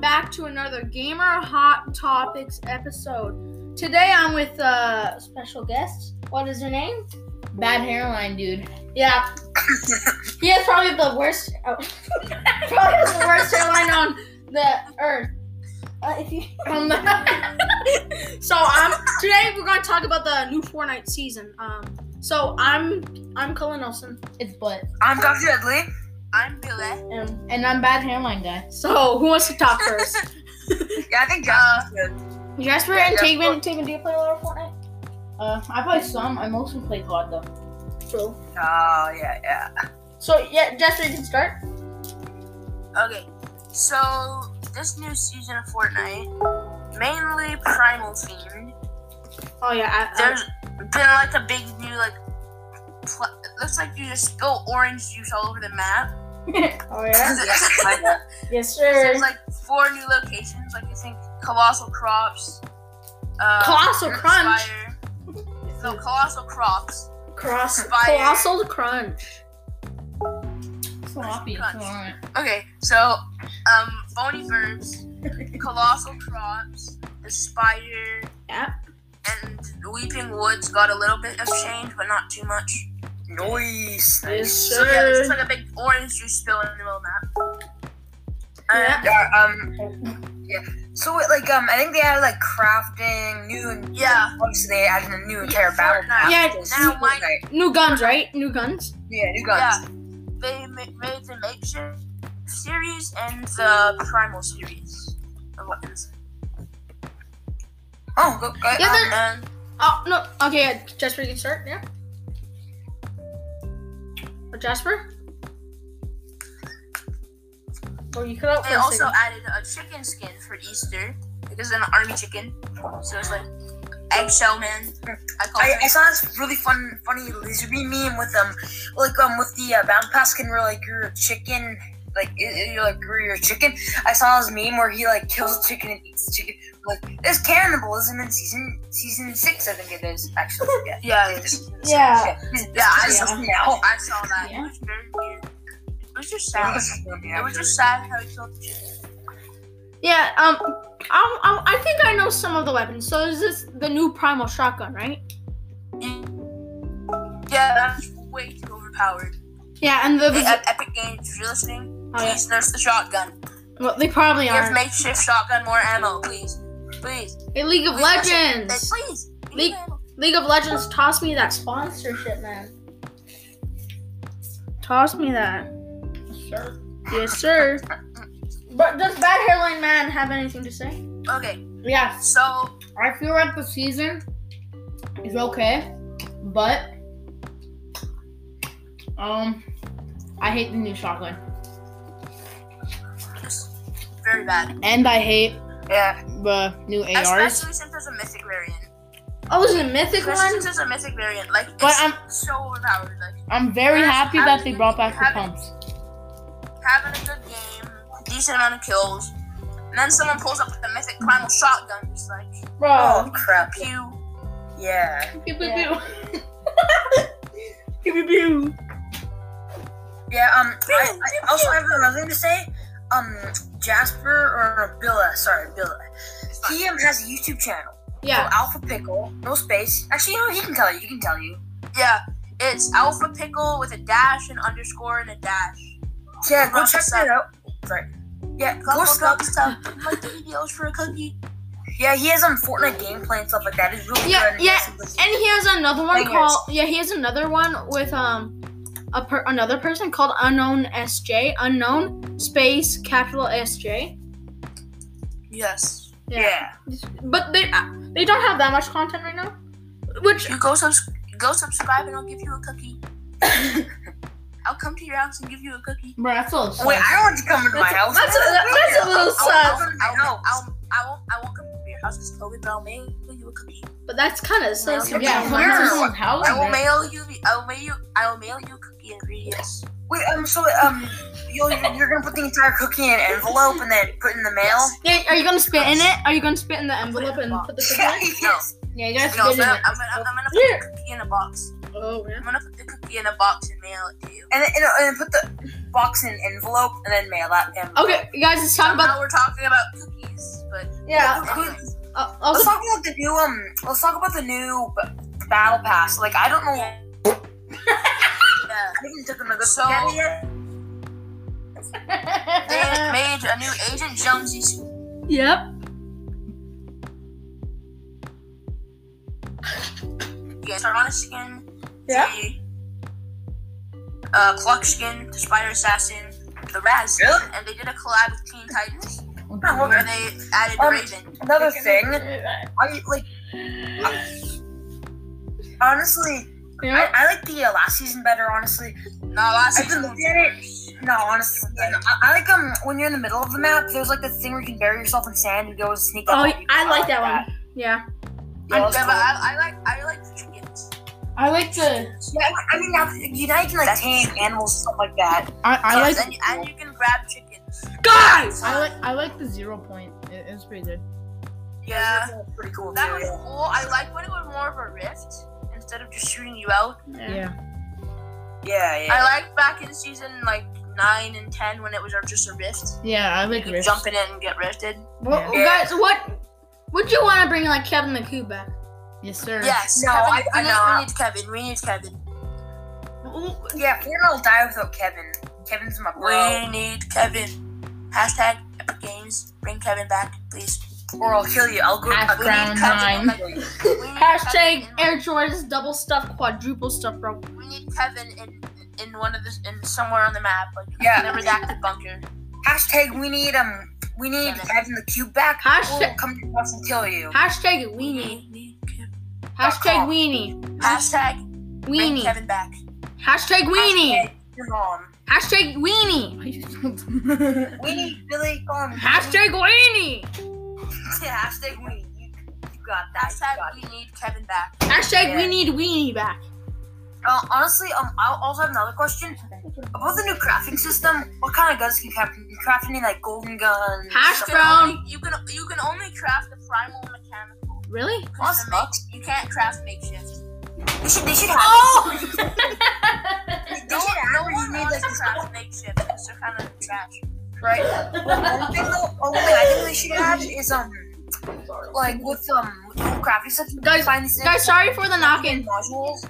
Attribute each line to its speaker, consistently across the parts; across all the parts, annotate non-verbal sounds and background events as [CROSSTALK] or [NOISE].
Speaker 1: back to another Gamer Hot Topics episode. Today I'm with a special guest. What is her name?
Speaker 2: Bad hairline, dude.
Speaker 1: Yeah. [COUGHS] he has probably the worst, [LAUGHS] oh, probably has the worst hairline on the earth.
Speaker 3: Uh,
Speaker 1: [LAUGHS]
Speaker 3: if you
Speaker 1: Um, so um, today we're gonna talk about the new Fortnite season. Um, so I'm I'm Cullen Nelson.
Speaker 2: It's butt.
Speaker 4: I'm Dr. Ridley. I'm Billy.
Speaker 1: And
Speaker 2: And I'm bad hairline guy.
Speaker 1: so who wants to talk [LAUGHS] first?
Speaker 4: Yeah, I think Josh is good.
Speaker 1: Jasper
Speaker 4: Yeah,
Speaker 1: and
Speaker 4: Jasper.
Speaker 1: Taven. Taven, do you play a lot of Fortnite?
Speaker 2: Uh, I play some. I mostly play COD though.
Speaker 1: True.
Speaker 4: Oh, yeah, yeah.
Speaker 1: So yeah, Jasper, you can start.
Speaker 4: Okay, so this new season of Fortnite, mainly primal themed.
Speaker 1: Oh yeah, I, I,
Speaker 4: There's been like a big new, like, pl- it looks like you just spill orange juice all over the [LAUGHS] map.
Speaker 1: oh yeah.
Speaker 4: [LAUGHS]
Speaker 1: Yes, sir.
Speaker 4: There's like four new locations, like I think Colossal Crops. Uh,
Speaker 1: Colossal
Speaker 4: Earth
Speaker 1: Crunch?
Speaker 4: Spire. No, Colossal Crops.
Speaker 1: Cross,
Speaker 4: Fire.
Speaker 1: colossal crunch.
Speaker 2: Sloppy. It's alright.
Speaker 4: Okay, so um, bony verbs, colossal crops, the spider,
Speaker 1: Yep.
Speaker 4: and the weeping woods got a little bit of change, but not too much. Nice.
Speaker 1: Yes,
Speaker 4: So yeah, there's just
Speaker 1: sir.
Speaker 4: like a big orange juice spill in the middle of Uh, the
Speaker 1: Yeah.
Speaker 4: map.
Speaker 5: Yeah, um, yeah. So it, like, um, I think they added like crafting, new.
Speaker 4: Yeah.
Speaker 5: Obviously, they added a new entire
Speaker 4: Yeah,
Speaker 5: battle.
Speaker 4: Fortnite.
Speaker 5: pass.
Speaker 1: Yeah,
Speaker 5: It's
Speaker 4: now
Speaker 5: Fortnite.
Speaker 4: my-
Speaker 1: New guns, right? New guns.
Speaker 5: yeah, new guns.
Speaker 4: yeah, they ma- made the makeshift series and the primal series of weapons.
Speaker 5: Oh, go, go
Speaker 1: Yeah, there-
Speaker 4: Um, And
Speaker 1: Oh no. Okay, yeah, Jasper, you can start. Yeah. Or Jasper. Or Oh, you cut out. for
Speaker 4: they
Speaker 1: a
Speaker 4: also
Speaker 1: second.
Speaker 4: added a chicken skin for Easter because an army chicken, so it's like eggshell man. I call
Speaker 5: I,
Speaker 4: it.
Speaker 5: I saw this really fun, funny laser beam meme with um, like um, with the uh, bound pass can where like your chicken, like you you, like grew your chicken. I saw this meme where he like kills a chicken and eats the chicken. Like there's cannibalism in season season six, I think it is
Speaker 4: [LAUGHS]
Speaker 5: actually. Yeah,
Speaker 4: Yeah, it is.
Speaker 1: Yeah.
Speaker 5: yeah.
Speaker 4: Yeah.
Speaker 5: I just now.
Speaker 4: I saw
Speaker 5: [LAUGHS]
Speaker 4: that.
Speaker 2: Yeah.
Speaker 4: It was very weird. uh, It was just
Speaker 5: That
Speaker 4: sad.
Speaker 5: was funny,
Speaker 4: It was
Speaker 5: actually.
Speaker 4: just sad how he killed the chicken.
Speaker 1: Yeah. Um. I, I, I think I know some of the weapons. So is this the new primal shotgun, right?
Speaker 4: Yeah, that's way too overpowered.
Speaker 1: Yeah, and the,
Speaker 4: Hey, uh, Ep- Epic Games, if you're listening,
Speaker 1: oh, yeah.
Speaker 4: please nurse the shotgun.
Speaker 1: well, they probably
Speaker 4: Give
Speaker 1: are.
Speaker 4: makeshift shotgun more ammo, please. Please.
Speaker 1: Hey, League of
Speaker 4: Please. Hey,
Speaker 1: Legends.
Speaker 4: Please. We
Speaker 1: Leak-
Speaker 4: need ammo.
Speaker 1: League of Legends, toss me that sponsorship, man. Toss me that.
Speaker 2: Sure.
Speaker 1: Yes, sir. But does Bad Hairline Man have anything to say?
Speaker 4: Okay,
Speaker 2: Yeah.
Speaker 4: so
Speaker 2: I feel like the season is okay, but um, I hate the new shotgun,
Speaker 4: just very bad.
Speaker 2: and I hate
Speaker 5: Yeah.
Speaker 2: the new ARs.
Speaker 4: Especially since there's a mythic variant.
Speaker 1: Oh, is it Mythic
Speaker 4: Especially
Speaker 1: one?
Speaker 4: since there's a mythic variant. Like, it's
Speaker 2: But I'm
Speaker 4: so overpowered. Like,
Speaker 2: I'm very
Speaker 4: Yes,
Speaker 2: happy that they brought back the
Speaker 4: absolutely.
Speaker 2: pumps.
Speaker 4: having a good game, decent amount of kills, and then someone pulls up with the mythic primal shotgun, just like
Speaker 5: Oh crap.
Speaker 4: pew.
Speaker 5: Yeah.
Speaker 2: Pew, pew,
Speaker 1: Yeah.
Speaker 2: pew.
Speaker 5: Yeah. Um. I, I also have another thing to say. Um. Jasper or Billa, sorry, Billa.
Speaker 4: It's fine.
Speaker 5: He um, has a YouTube channel.
Speaker 1: Yeah.
Speaker 5: called Alpha Pickle. No space. Actually, you know, he can tell you. You can tell you.
Speaker 4: Yeah, it's Alpha Pickle with a dash, an underscore, and a dash.
Speaker 5: Yeah. Go
Speaker 4: Rock
Speaker 5: check
Speaker 4: sub.
Speaker 5: that out. Sorry. Yeah. Go
Speaker 4: Couple
Speaker 5: sub.
Speaker 4: cups of like the videos for a cookie.
Speaker 5: Yeah. He has um Fortnite gameplay and stuff like that. It's really
Speaker 1: Yeah,
Speaker 5: good.
Speaker 1: yeah, And he has another one
Speaker 5: Fingers.
Speaker 1: called yeah. He has another one with um a per, another person called unknown SJ unknown space capital SJ.
Speaker 4: Yes.
Speaker 5: Yeah.
Speaker 1: But they they don't have that much content right now. Which
Speaker 4: You go subs- go subscribe, and I'll give you a cookie. I'll come to your house and give you a cookie.
Speaker 2: Bro, that's a little
Speaker 5: Wait,
Speaker 2: sus.
Speaker 5: I don't want to come into my
Speaker 1: that's,
Speaker 5: house.
Speaker 1: that's, a, that's a little
Speaker 4: I'll, I'll,
Speaker 1: sus.
Speaker 4: I'll,
Speaker 5: sus.
Speaker 4: I'll, I'll, I won't. I won't come to your house because COVID, but I'll mail you a cookie.
Speaker 1: But that's kind of sus.
Speaker 4: Well,
Speaker 2: Yeah,
Speaker 5: Where?
Speaker 2: where's someone's house?
Speaker 4: I will
Speaker 2: man?
Speaker 4: mail you. the- I will mail you. I will mail you cookie ingredients.
Speaker 5: Wait. Um. So um. You'll, you're gonna put the entire cookie in an envelope and then put it in the mail.
Speaker 1: Yeah, are you gonna spit in it? Are you gonna spit in the envelope and put the
Speaker 5: [LAUGHS]
Speaker 1: cookie in? [LAUGHS] it?
Speaker 4: No.
Speaker 2: Yeah, you guys
Speaker 4: No, I'm
Speaker 2: did
Speaker 4: gonna,
Speaker 2: it.
Speaker 4: I'm, gonna, I'm gonna put
Speaker 1: Here.
Speaker 4: the cookie in a box.
Speaker 1: Oh yeah.
Speaker 4: I'm gonna put the cookie in a box and mail it to you.
Speaker 5: and, and, and put the box in an envelope and then mail that to him.
Speaker 1: Okay, guys, let's talk about
Speaker 4: now we're talking about cookies, but
Speaker 1: [LAUGHS] yeah.
Speaker 4: anyway,
Speaker 1: Uh,
Speaker 5: Let's
Speaker 1: also,
Speaker 5: talk about the new um. Let's talk about the new b- battle pass. Like I don't know. [LAUGHS] I
Speaker 4: yeah.
Speaker 5: haven't taken a good
Speaker 4: So-
Speaker 5: look at it yet.
Speaker 4: they made a new Agent Jonesy suit.
Speaker 1: yep.
Speaker 4: You get Piranha skin.
Speaker 1: Yeah.
Speaker 4: The, uh, Cluck skin, the Spider Assassin, the Raz, skin,
Speaker 5: Really?
Speaker 4: and they did a collab with Teen Titans
Speaker 2: [LAUGHS]
Speaker 5: Oh,
Speaker 4: where
Speaker 5: okay.
Speaker 4: they added
Speaker 5: Um,
Speaker 4: Raven.
Speaker 5: Another thing, I like.
Speaker 4: [LAUGHS]
Speaker 5: Honestly, I,
Speaker 1: Yeah.
Speaker 5: I like the uh, last season better. Honestly,
Speaker 4: No, last
Speaker 5: I've been
Speaker 4: season
Speaker 5: looking at it. No, honestly, and I, I like um when you're in the middle of the map. There's like this thing where you can bury yourself in sand and go and sneak.
Speaker 1: Oh,
Speaker 5: up on
Speaker 1: I,
Speaker 5: people.
Speaker 1: like that one. Yeah.
Speaker 5: Yeah, that was
Speaker 4: Yeah,
Speaker 5: cool.
Speaker 4: but I, I like I like the chickens.
Speaker 2: I like the.
Speaker 5: Yeah, I mean, now, you now you can like tame animals and stuff like that.
Speaker 2: I, I like.
Speaker 4: Yes, and, you- and you can grab chickens.
Speaker 1: Guys!
Speaker 2: I like. I like the zero point. It, it's pretty good.
Speaker 4: Yeah,
Speaker 5: that's pretty cool.
Speaker 4: that
Speaker 5: too,
Speaker 4: was
Speaker 5: yeah.
Speaker 4: cool. I like when it was more of a rift instead of just shooting you out.
Speaker 2: Yeah.
Speaker 5: Yeah, yeah.
Speaker 4: I like back in season like nine and ten when it was just a rift.
Speaker 2: Yeah, I like
Speaker 4: You
Speaker 2: rifts.
Speaker 4: jump in it and get rifted.
Speaker 1: Well,
Speaker 5: Yeah.
Speaker 1: guys, what would you want to bring like Kevin the Coup back?
Speaker 2: Yes, sir.
Speaker 4: Yes.
Speaker 5: No,
Speaker 4: Kevin,
Speaker 5: I-
Speaker 4: we,
Speaker 5: I
Speaker 4: need,
Speaker 5: know.
Speaker 4: we need Kevin. We need Kevin.
Speaker 5: Yeah, Fiona will die without Kevin. Kevin's my bro.
Speaker 4: We need Kevin. Hashtag Epic Games. Bring Kevin back, please.
Speaker 5: Or I'll kill you. I'll go. uh,
Speaker 2: Half
Speaker 5: I'll go-
Speaker 2: ground
Speaker 5: Kevin,
Speaker 2: nine.
Speaker 5: I'll kill you.
Speaker 4: We need
Speaker 1: Hashtag
Speaker 4: Kevin in-
Speaker 1: Air Jordans double stuff, quadruple stuff, bro.
Speaker 4: we need Kevin in in one of this in somewhere on the map, like
Speaker 5: Yeah.
Speaker 4: in a redacted bunker.
Speaker 5: Hashtag we need um we need
Speaker 4: Kevin.
Speaker 5: Kevin the cube back.
Speaker 1: Hashtag-
Speaker 5: We'll come to us and kill you.
Speaker 1: Hashtag weenie.
Speaker 4: need Kevin.
Speaker 1: Hashtag weenie.
Speaker 4: Hashtag bring
Speaker 1: Weenie.
Speaker 4: Kevin back.
Speaker 1: Hashtag weenie.
Speaker 5: Hashtag Your mom.
Speaker 1: Hashtag weenie.
Speaker 2: Why you so dumb?
Speaker 5: We need Billy. Um,
Speaker 1: Hashtag weenie.
Speaker 5: yeah, hashtag we. need- You, you got that. You
Speaker 4: Hashtag
Speaker 5: got it.
Speaker 4: we need Kevin back.
Speaker 1: Hashtag we
Speaker 5: Yeah.
Speaker 1: need weenie back.
Speaker 5: Uh, honestly, um, I also have another question about the new crafting system. What kind of guns can you craft? Can you craft any like golden guns?
Speaker 1: Hash
Speaker 5: stuff
Speaker 4: You
Speaker 5: like
Speaker 1: brown.
Speaker 5: that?
Speaker 4: can, only, you can you can only craft the primal mechanical. 'cause
Speaker 1: Really?
Speaker 4: the
Speaker 5: Awesome.
Speaker 4: make- you can't craft makeshift.
Speaker 5: They should. They should have.
Speaker 1: [LAUGHS] Oh!
Speaker 5: They should
Speaker 4: No, no
Speaker 5: have.
Speaker 4: one
Speaker 5: No,
Speaker 4: wants
Speaker 5: like,
Speaker 4: to
Speaker 5: this
Speaker 4: craft makeshift because they're kind of trash.
Speaker 5: Right. One thing though, oh, wait, I think they should have is um, like with um, with the whole crafting system.
Speaker 1: Guys-
Speaker 5: find this
Speaker 1: Guys, sorry for the knocking.
Speaker 5: modules.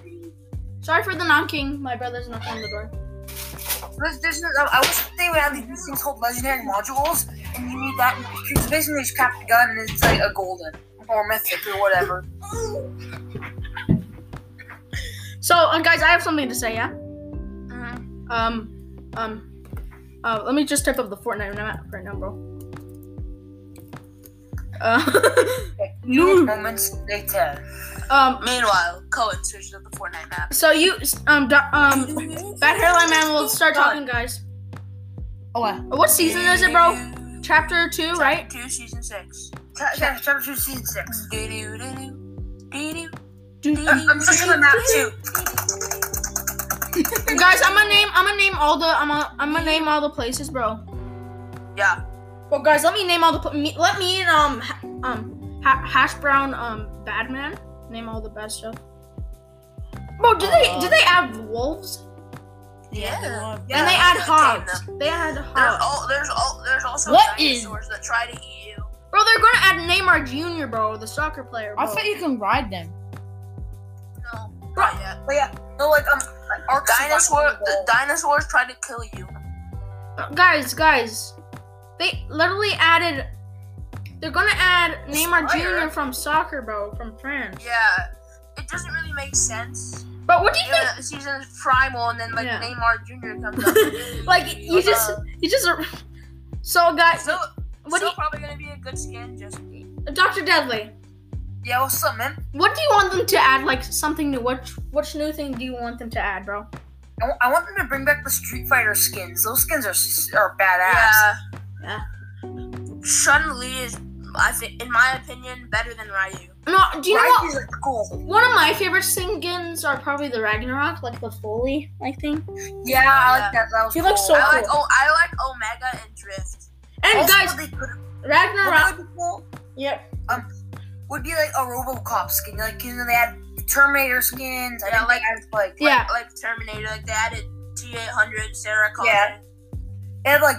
Speaker 1: Sorry for the knocking. My brother's knocking on the door.
Speaker 5: There's, there's no, I wish they would have these things called legendary modules, and you need that. Because basically, just craft a gun, and it's like a golden or mythic or whatever.
Speaker 1: So, uh, guys, I have something to say. Yeah.
Speaker 4: Mhm.
Speaker 1: Um, um, uh, let me just type up the Fortnite map right now, bro. Uh, [LAUGHS] No.
Speaker 5: Moments later.
Speaker 1: um,
Speaker 4: Meanwhile, Cohen searches up the Fortnite map.
Speaker 1: so you, um, do, um, Bad Hairline Man will start talking, guys.
Speaker 2: [LAUGHS]
Speaker 1: Uh,
Speaker 2: oh, wow.
Speaker 1: What season is it, bro? Chapter two, right?
Speaker 4: Two, season six.
Speaker 5: Chapter, chapter two, season six. Uh,
Speaker 4: Doo-doo, doo-doo, doo-doo,
Speaker 1: Do-
Speaker 4: Mm-hmm.
Speaker 5: I'm I'm searching the map too.
Speaker 1: guys, I'm gonna name, I'm gonna name all the, I'm gonna, I'm gonna name all the places, bro.
Speaker 4: Yeah.
Speaker 1: Well, guys, let me name all the, pl- me, let me and um, ha- um, ha- Hash Brown, um, Badman, name all the bad stuff. Bro, do they, do they add wolves?
Speaker 4: Yeah.
Speaker 2: Yeah.
Speaker 1: and they add hogs.
Speaker 4: Tame
Speaker 1: They add
Speaker 4: There's
Speaker 1: hogs.
Speaker 4: all there's all there's also
Speaker 2: What is-
Speaker 4: dinosaurs that try to eat you.
Speaker 1: Bro, they're gonna add Neymar Jr., bro, the soccer player.
Speaker 2: I
Speaker 1: Bro.
Speaker 2: thought you can ride them.
Speaker 4: No.
Speaker 1: Bro.
Speaker 4: Not yet.
Speaker 5: But yeah, no, like um, our
Speaker 4: Dinosaur the dinosaurs try to kill you.
Speaker 1: guys, guys, they literally added. They're gonna add Neymar
Speaker 5: Player?
Speaker 1: Jr. from soccer, bro, from France.
Speaker 4: Yeah. It doesn't really make sense.
Speaker 1: But what do you
Speaker 4: Yeah, the season is primal and then like
Speaker 1: Yeah.
Speaker 4: Neymar Jr. comes
Speaker 1: think?
Speaker 4: up.
Speaker 1: [LAUGHS]
Speaker 4: uh,
Speaker 1: Like you just, you just. So, guys,
Speaker 4: so
Speaker 1: what do
Speaker 4: still probably gonna be a good skin, just
Speaker 1: you, Dr. Deadly?
Speaker 5: Yeah, what's up, man?
Speaker 1: What do you want them to add? Like something new? What, which new thing do you want them to add, bro?
Speaker 5: I wa- I want them to bring back the Street Fighter skins. Those skins are s- are badass.
Speaker 4: Yeah.
Speaker 1: Yeah.
Speaker 4: Shun Li is, I think, in my opinion, better than Ryu.
Speaker 1: No, do you know
Speaker 5: Right?
Speaker 1: what?
Speaker 5: These are cool.
Speaker 1: One of my favorite skins are probably the Ragnarok, like the Foley, like thing.
Speaker 5: Yeah, I like that. That was
Speaker 1: He
Speaker 5: cool.
Speaker 1: looks so
Speaker 5: I
Speaker 4: I
Speaker 5: like-
Speaker 4: like oh, I like Omega and Drift.
Speaker 1: And
Speaker 5: also,
Speaker 1: guys,
Speaker 5: they could-
Speaker 1: Ragnarok.
Speaker 5: what would be cool
Speaker 1: Yep.
Speaker 5: Um, would be like a RoboCop skin. Like you know, they had Terminator skins. I
Speaker 4: Yeah,
Speaker 5: think they had, like
Speaker 1: Yeah.
Speaker 4: Like Terminator, like they added T eight hundred, Sarah Connor.
Speaker 5: Yeah. They have like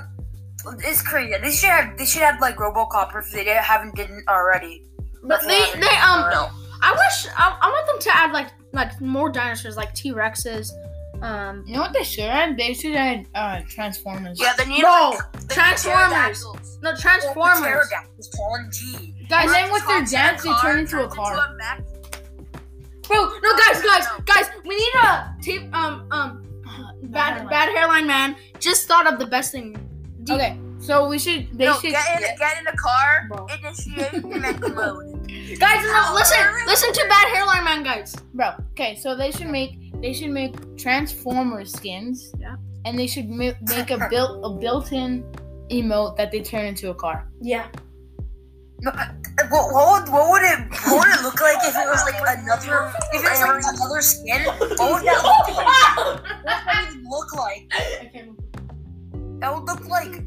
Speaker 5: it's crazy. They should have they should have like RoboCop if they didn't, haven't didn't already.
Speaker 1: But
Speaker 5: That's
Speaker 1: they,
Speaker 5: not-
Speaker 1: they um
Speaker 5: No.
Speaker 1: I wish I, I want them to add like like more dinosaurs like T Rexes, um
Speaker 2: You know what they should add? They should add uh, Transformers.
Speaker 4: Yeah, they need
Speaker 1: no
Speaker 4: like, the
Speaker 1: Transformers
Speaker 4: pterodactyls.
Speaker 1: no Transformers
Speaker 5: Pterodactyls, Paul and G.
Speaker 1: guys
Speaker 2: And then with their
Speaker 4: Transforms
Speaker 2: dance,
Speaker 4: in
Speaker 2: they turn into a
Speaker 4: turns
Speaker 2: car.
Speaker 4: Mac-
Speaker 1: bro no guys guys guys we need a tape um um bad
Speaker 2: hairline.
Speaker 1: bad hairline man just thought of the best thing Do you-
Speaker 2: Okay, so we should. They
Speaker 4: no,
Speaker 2: should.
Speaker 4: get in, get in the car,
Speaker 1: Bro. Oh,
Speaker 4: initiate, and then load.
Speaker 1: guys no, listen listen to bad hairline man guys
Speaker 2: Bro, okay, so they should make they should make Transformer skins.
Speaker 1: Yeah.
Speaker 2: And they should mi- make a built a built-in emote that they turn into a car.
Speaker 1: yeah
Speaker 5: No, what, what, would, what would it what would it look like if it was like another if it was like another skin? What
Speaker 1: Oh,
Speaker 5: would that look like?
Speaker 1: ah!
Speaker 5: What would it look like? That would look like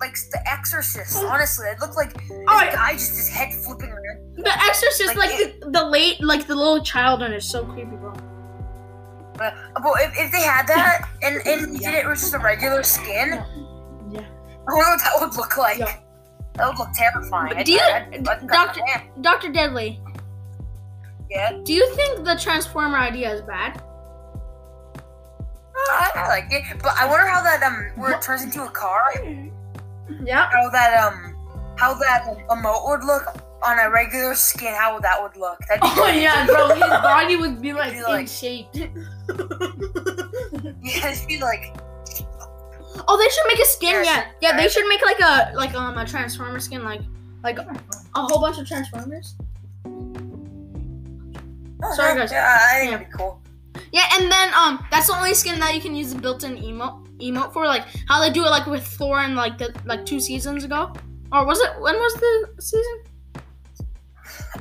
Speaker 5: like The Exorcist. Honestly, it looked like this
Speaker 1: Alright.
Speaker 5: guy just his head flipping around.
Speaker 1: the Exorcist
Speaker 5: Like,
Speaker 1: like the, the late like the little child and it's so creepy bro
Speaker 5: But, but if, if they had that and and did it was just a regular skin,
Speaker 2: Yeah.
Speaker 5: I wonder what that would look like.
Speaker 1: Yeah.
Speaker 5: That would look terrifying.
Speaker 1: But
Speaker 5: I'd-
Speaker 1: do you-
Speaker 5: I'd- I'd- I'd-
Speaker 1: Doctor- Doctor Deadly
Speaker 5: Yeah,
Speaker 1: do you think the Transformer idea is bad
Speaker 5: I, I like it, but I wonder how that um where it turns into a car.
Speaker 1: Yeah.
Speaker 5: how that um how that emote would look on a regular skin, how that would look. That'd
Speaker 6: [LAUGHS]
Speaker 5: be,
Speaker 2: Oh yeah, bro, [LAUGHS] his body would be like
Speaker 5: Be
Speaker 2: in
Speaker 5: like-
Speaker 2: shape.
Speaker 5: yeah, it'd be like
Speaker 1: Oh, they should make a skin.
Speaker 5: Yes.
Speaker 1: Yeah, yeah. They should make like a like um a transformer skin, like like a whole bunch of transformers.
Speaker 5: oh,
Speaker 1: Sorry,
Speaker 5: no,
Speaker 1: guys.
Speaker 5: Yeah, I think it'd be cool.
Speaker 1: Yeah, and then um that's the only skin that you can use the built-in emote emote for, like how they do it like with Thor in like the like two seasons ago, or was it when was the season?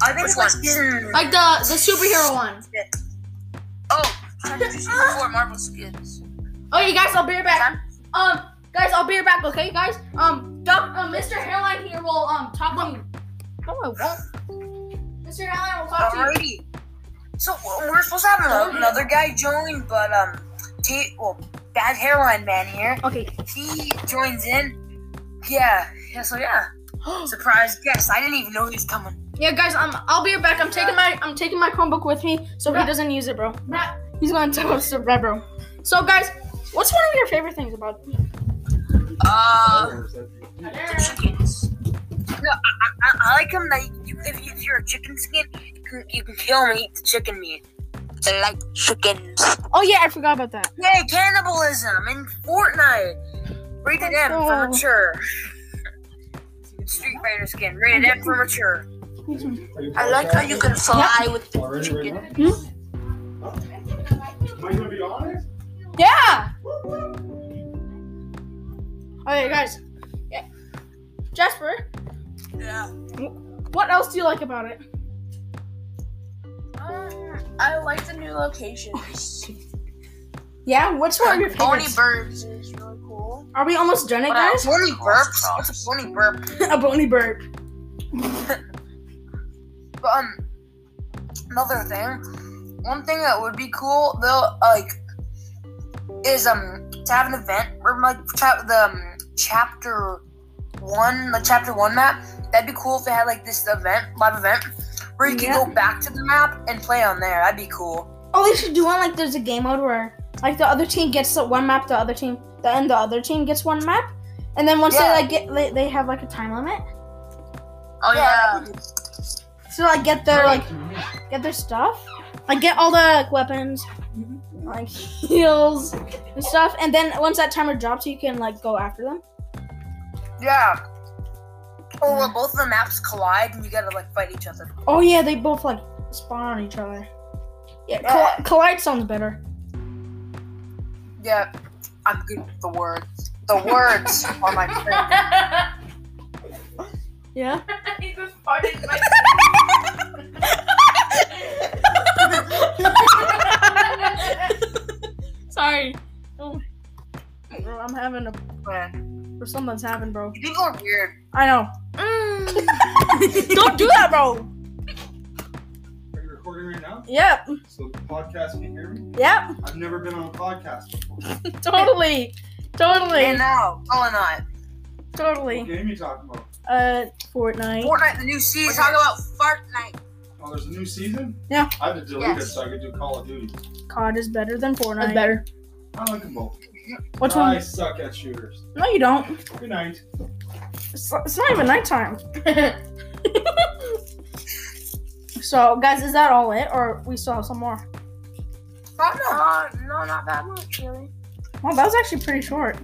Speaker 5: I think it's like
Speaker 4: one?
Speaker 5: season
Speaker 1: Like the the superhero one.
Speaker 4: Oh, trying to do
Speaker 1: [LAUGHS]
Speaker 4: season four Marvel skins.
Speaker 1: Okay, Oh, guys, I'll be right back. Um, guys, I'll be right back. Okay, guys. Um, Doc, uh, Mr. Hairline here will um talk to you. No, Oh, I won't. Mr. Hairline will talk to you.
Speaker 5: alrighty. So well, we're supposed to have another, another guy join, but um, Tate, well, bad hairline man here.
Speaker 1: Okay.
Speaker 5: He joins in. Yeah, yeah.
Speaker 1: [GASPS]
Speaker 5: So yeah, surprise guest. I didn't even know he was coming.
Speaker 1: Yeah, guys, um, I'll be right back. I'm taking my I'm taking my Chromebook with me, so he doesn't use it, bro. He's gonna tell us to red, bro. So, guys, what's one of your favorite things about?
Speaker 3: Oh,
Speaker 4: Uh, the chickens.
Speaker 5: I, I like him that you, if, you, if you're a chicken skin, you can, you can kill him and eat the chicken meat.
Speaker 4: I like chickens.
Speaker 1: Oh yeah, I forgot about that.
Speaker 5: Yay, cannibalism in Fortnite. Rated M for
Speaker 1: Oh.
Speaker 5: mature. Street Fighter skin. Rated M for mature.
Speaker 4: I like how you can fly with the
Speaker 3: Already right
Speaker 4: chicken.
Speaker 3: now? Are you gonna be honest?
Speaker 1: Yeah. Okay, guys. Yeah. Jasper,
Speaker 4: Yeah.
Speaker 1: what else do you like about it?
Speaker 4: Um, I like the new locations.
Speaker 1: Yeah, what's one of your
Speaker 4: Only
Speaker 1: favorites?
Speaker 4: birds is really cool.
Speaker 1: Are we almost done it,
Speaker 4: Wow.
Speaker 1: guys?
Speaker 5: Bony burps. What's a bony burp?
Speaker 1: [LAUGHS] a bony bird.
Speaker 5: But um, another thing, one thing that would be cool though, like, is um to have an event where like cha- the um, chapter one, the chapter one map. That'd be cool if they had like this event, live event, where you can
Speaker 1: Yeah.
Speaker 5: go back to the map and play on there. That'd be cool.
Speaker 1: Oh, they should do one like there's a game mode where like the other team gets the one map, the other team, the and the other team gets one map, and then once
Speaker 5: Yeah.
Speaker 1: they like get they, they have like a time limit.
Speaker 4: Oh
Speaker 5: Yeah.
Speaker 4: yeah.
Speaker 1: So like get their like get their stuff, like get all the like, weapons, like heals and stuff, and then once that timer drops, you can like go after them.
Speaker 5: Yeah. Oh, well, both of the maps collide and you gotta like fight each other.
Speaker 1: Oh yeah, they both like spawn on each other. Yeah, colli- collide sounds [LAUGHS] better.
Speaker 5: Yeah, I'm good with the words. The words are my favorite.
Speaker 1: Yeah.
Speaker 2: he just farted in my
Speaker 1: Sorry. Oh. Bro, I'm having a
Speaker 5: [LAUGHS] man.
Speaker 1: or something's happened, bro.
Speaker 5: People are weird.
Speaker 1: [LAUGHS] I know. Don't do that, bro.
Speaker 3: Are you recording? recording right now,
Speaker 6: Yep.
Speaker 3: so the podcast can hear me.
Speaker 6: Yep.
Speaker 3: I've never been on a podcast before.
Speaker 6: Totally.
Speaker 5: And
Speaker 6: Totally.
Speaker 5: now, calling on
Speaker 3: What
Speaker 6: Totally.
Speaker 3: game you talking about?
Speaker 6: Uh, Fortnite.
Speaker 5: Fortnite, the new
Speaker 4: We're
Speaker 5: season.
Speaker 4: talking about Fortnite.
Speaker 3: Oh, there's a new season?
Speaker 6: Yeah.
Speaker 3: I had to delete it
Speaker 4: Yes.
Speaker 3: so I could do Call of Duty.
Speaker 6: COD is better than
Speaker 2: That's
Speaker 6: Fortnite.
Speaker 2: better.
Speaker 3: I like them both.
Speaker 6: Which
Speaker 3: I
Speaker 6: one?
Speaker 3: suck at shooters.
Speaker 6: No, you don't.
Speaker 3: Good night.
Speaker 6: It's, it's not even nighttime. so, oh, guys, is that all it, or we still have some more?
Speaker 4: Uh, no, not that much, really.
Speaker 6: Well, that was actually pretty short.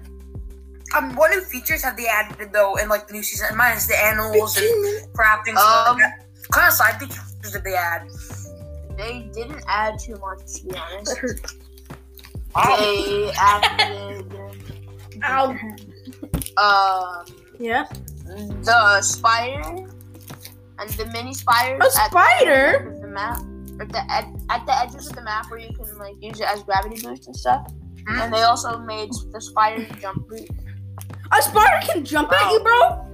Speaker 5: Um, what new features have they added though in like the new season? And mine is the animals and crafting.
Speaker 4: Um,
Speaker 5: Um, kind of side features did they add?
Speaker 4: They didn't add too much, to be honest.
Speaker 6: That hurt.
Speaker 5: Oh.
Speaker 4: They added,
Speaker 6: Ow.
Speaker 4: um,
Speaker 6: Yeah.
Speaker 4: the spider and the mini spider.
Speaker 6: A spider?
Speaker 4: At the, edge of the map, at the ed- at the edges of the map where you can like use it as gravity boost and stuff. And they also made the spider jump. re-
Speaker 6: A spider can jump at you, bro?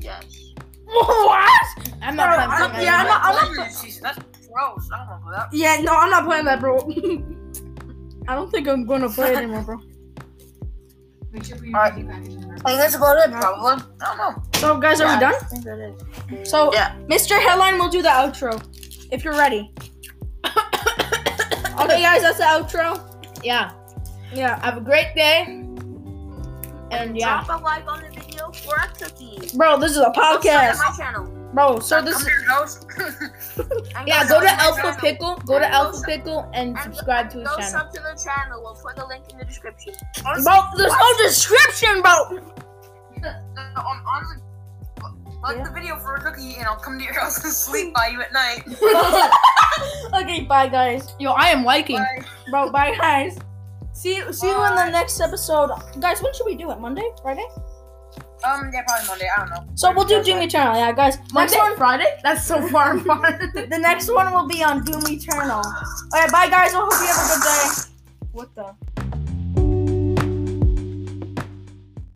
Speaker 4: Yes.
Speaker 6: What?
Speaker 5: Bro,
Speaker 6: I'm
Speaker 5: I don't
Speaker 6: not playing that.
Speaker 5: even
Speaker 6: Yeah, I'm not,
Speaker 5: like
Speaker 6: I'm not
Speaker 5: playing the new season. That's gross. I don't know about
Speaker 6: Yeah, no, I'm not playing that, [LAUGHS] bro. I don't think I'm gonna play it anymore, bro.
Speaker 2: Make sure we
Speaker 5: Alright. that. I think that's about it,
Speaker 6: No.
Speaker 5: probably. I don't know.
Speaker 6: So, guys, are we
Speaker 4: Yeah,
Speaker 6: done?
Speaker 4: I think that is.
Speaker 6: So,
Speaker 4: Yeah.
Speaker 6: Mr. Headline will do the outro if you're
Speaker 2: [COUGHS]
Speaker 6: ready. okay, guys, that's the outro.
Speaker 2: Yeah.
Speaker 6: Yeah,
Speaker 2: Have a great day. And yeah.
Speaker 4: Drop a like on the video for a cookie.
Speaker 6: bro, this is a
Speaker 4: Subscribe to
Speaker 6: podcast,
Speaker 4: my
Speaker 2: [LAUGHS]
Speaker 4: channel.
Speaker 6: bro. So this
Speaker 5: Come
Speaker 6: is
Speaker 5: here,
Speaker 4: [LAUGHS]
Speaker 5: ghost.
Speaker 4: And
Speaker 2: Yeah, go to
Speaker 4: sub my
Speaker 2: Alpha
Speaker 4: channel.
Speaker 2: Pickle. Go to Alpha Pickle and subscribe to his
Speaker 4: Go
Speaker 2: channel.
Speaker 4: sub to the channel. We'll put the link in the description.
Speaker 6: bro. There's no description, bro.
Speaker 5: Um, honestly, like
Speaker 6: Yeah.
Speaker 5: the video for a cookie, and I'll come to your house and sleep by you at night.
Speaker 6: [LAUGHS] okay, bye, guys.
Speaker 2: Yo, I am liking.
Speaker 5: Bye.
Speaker 6: Bro, bye, guys. See, see you in the next episode, guys. When should we do it? Monday, Friday?
Speaker 5: Um, yeah, probably Monday. I don't know.
Speaker 6: So we'll do Doom Eternal, yeah, guys. Next one,
Speaker 2: Friday? That's so far [LAUGHS] apart.
Speaker 6: the Oh, next one will be on Doom Eternal. All right, bye, guys. I hope you have a good day. What the?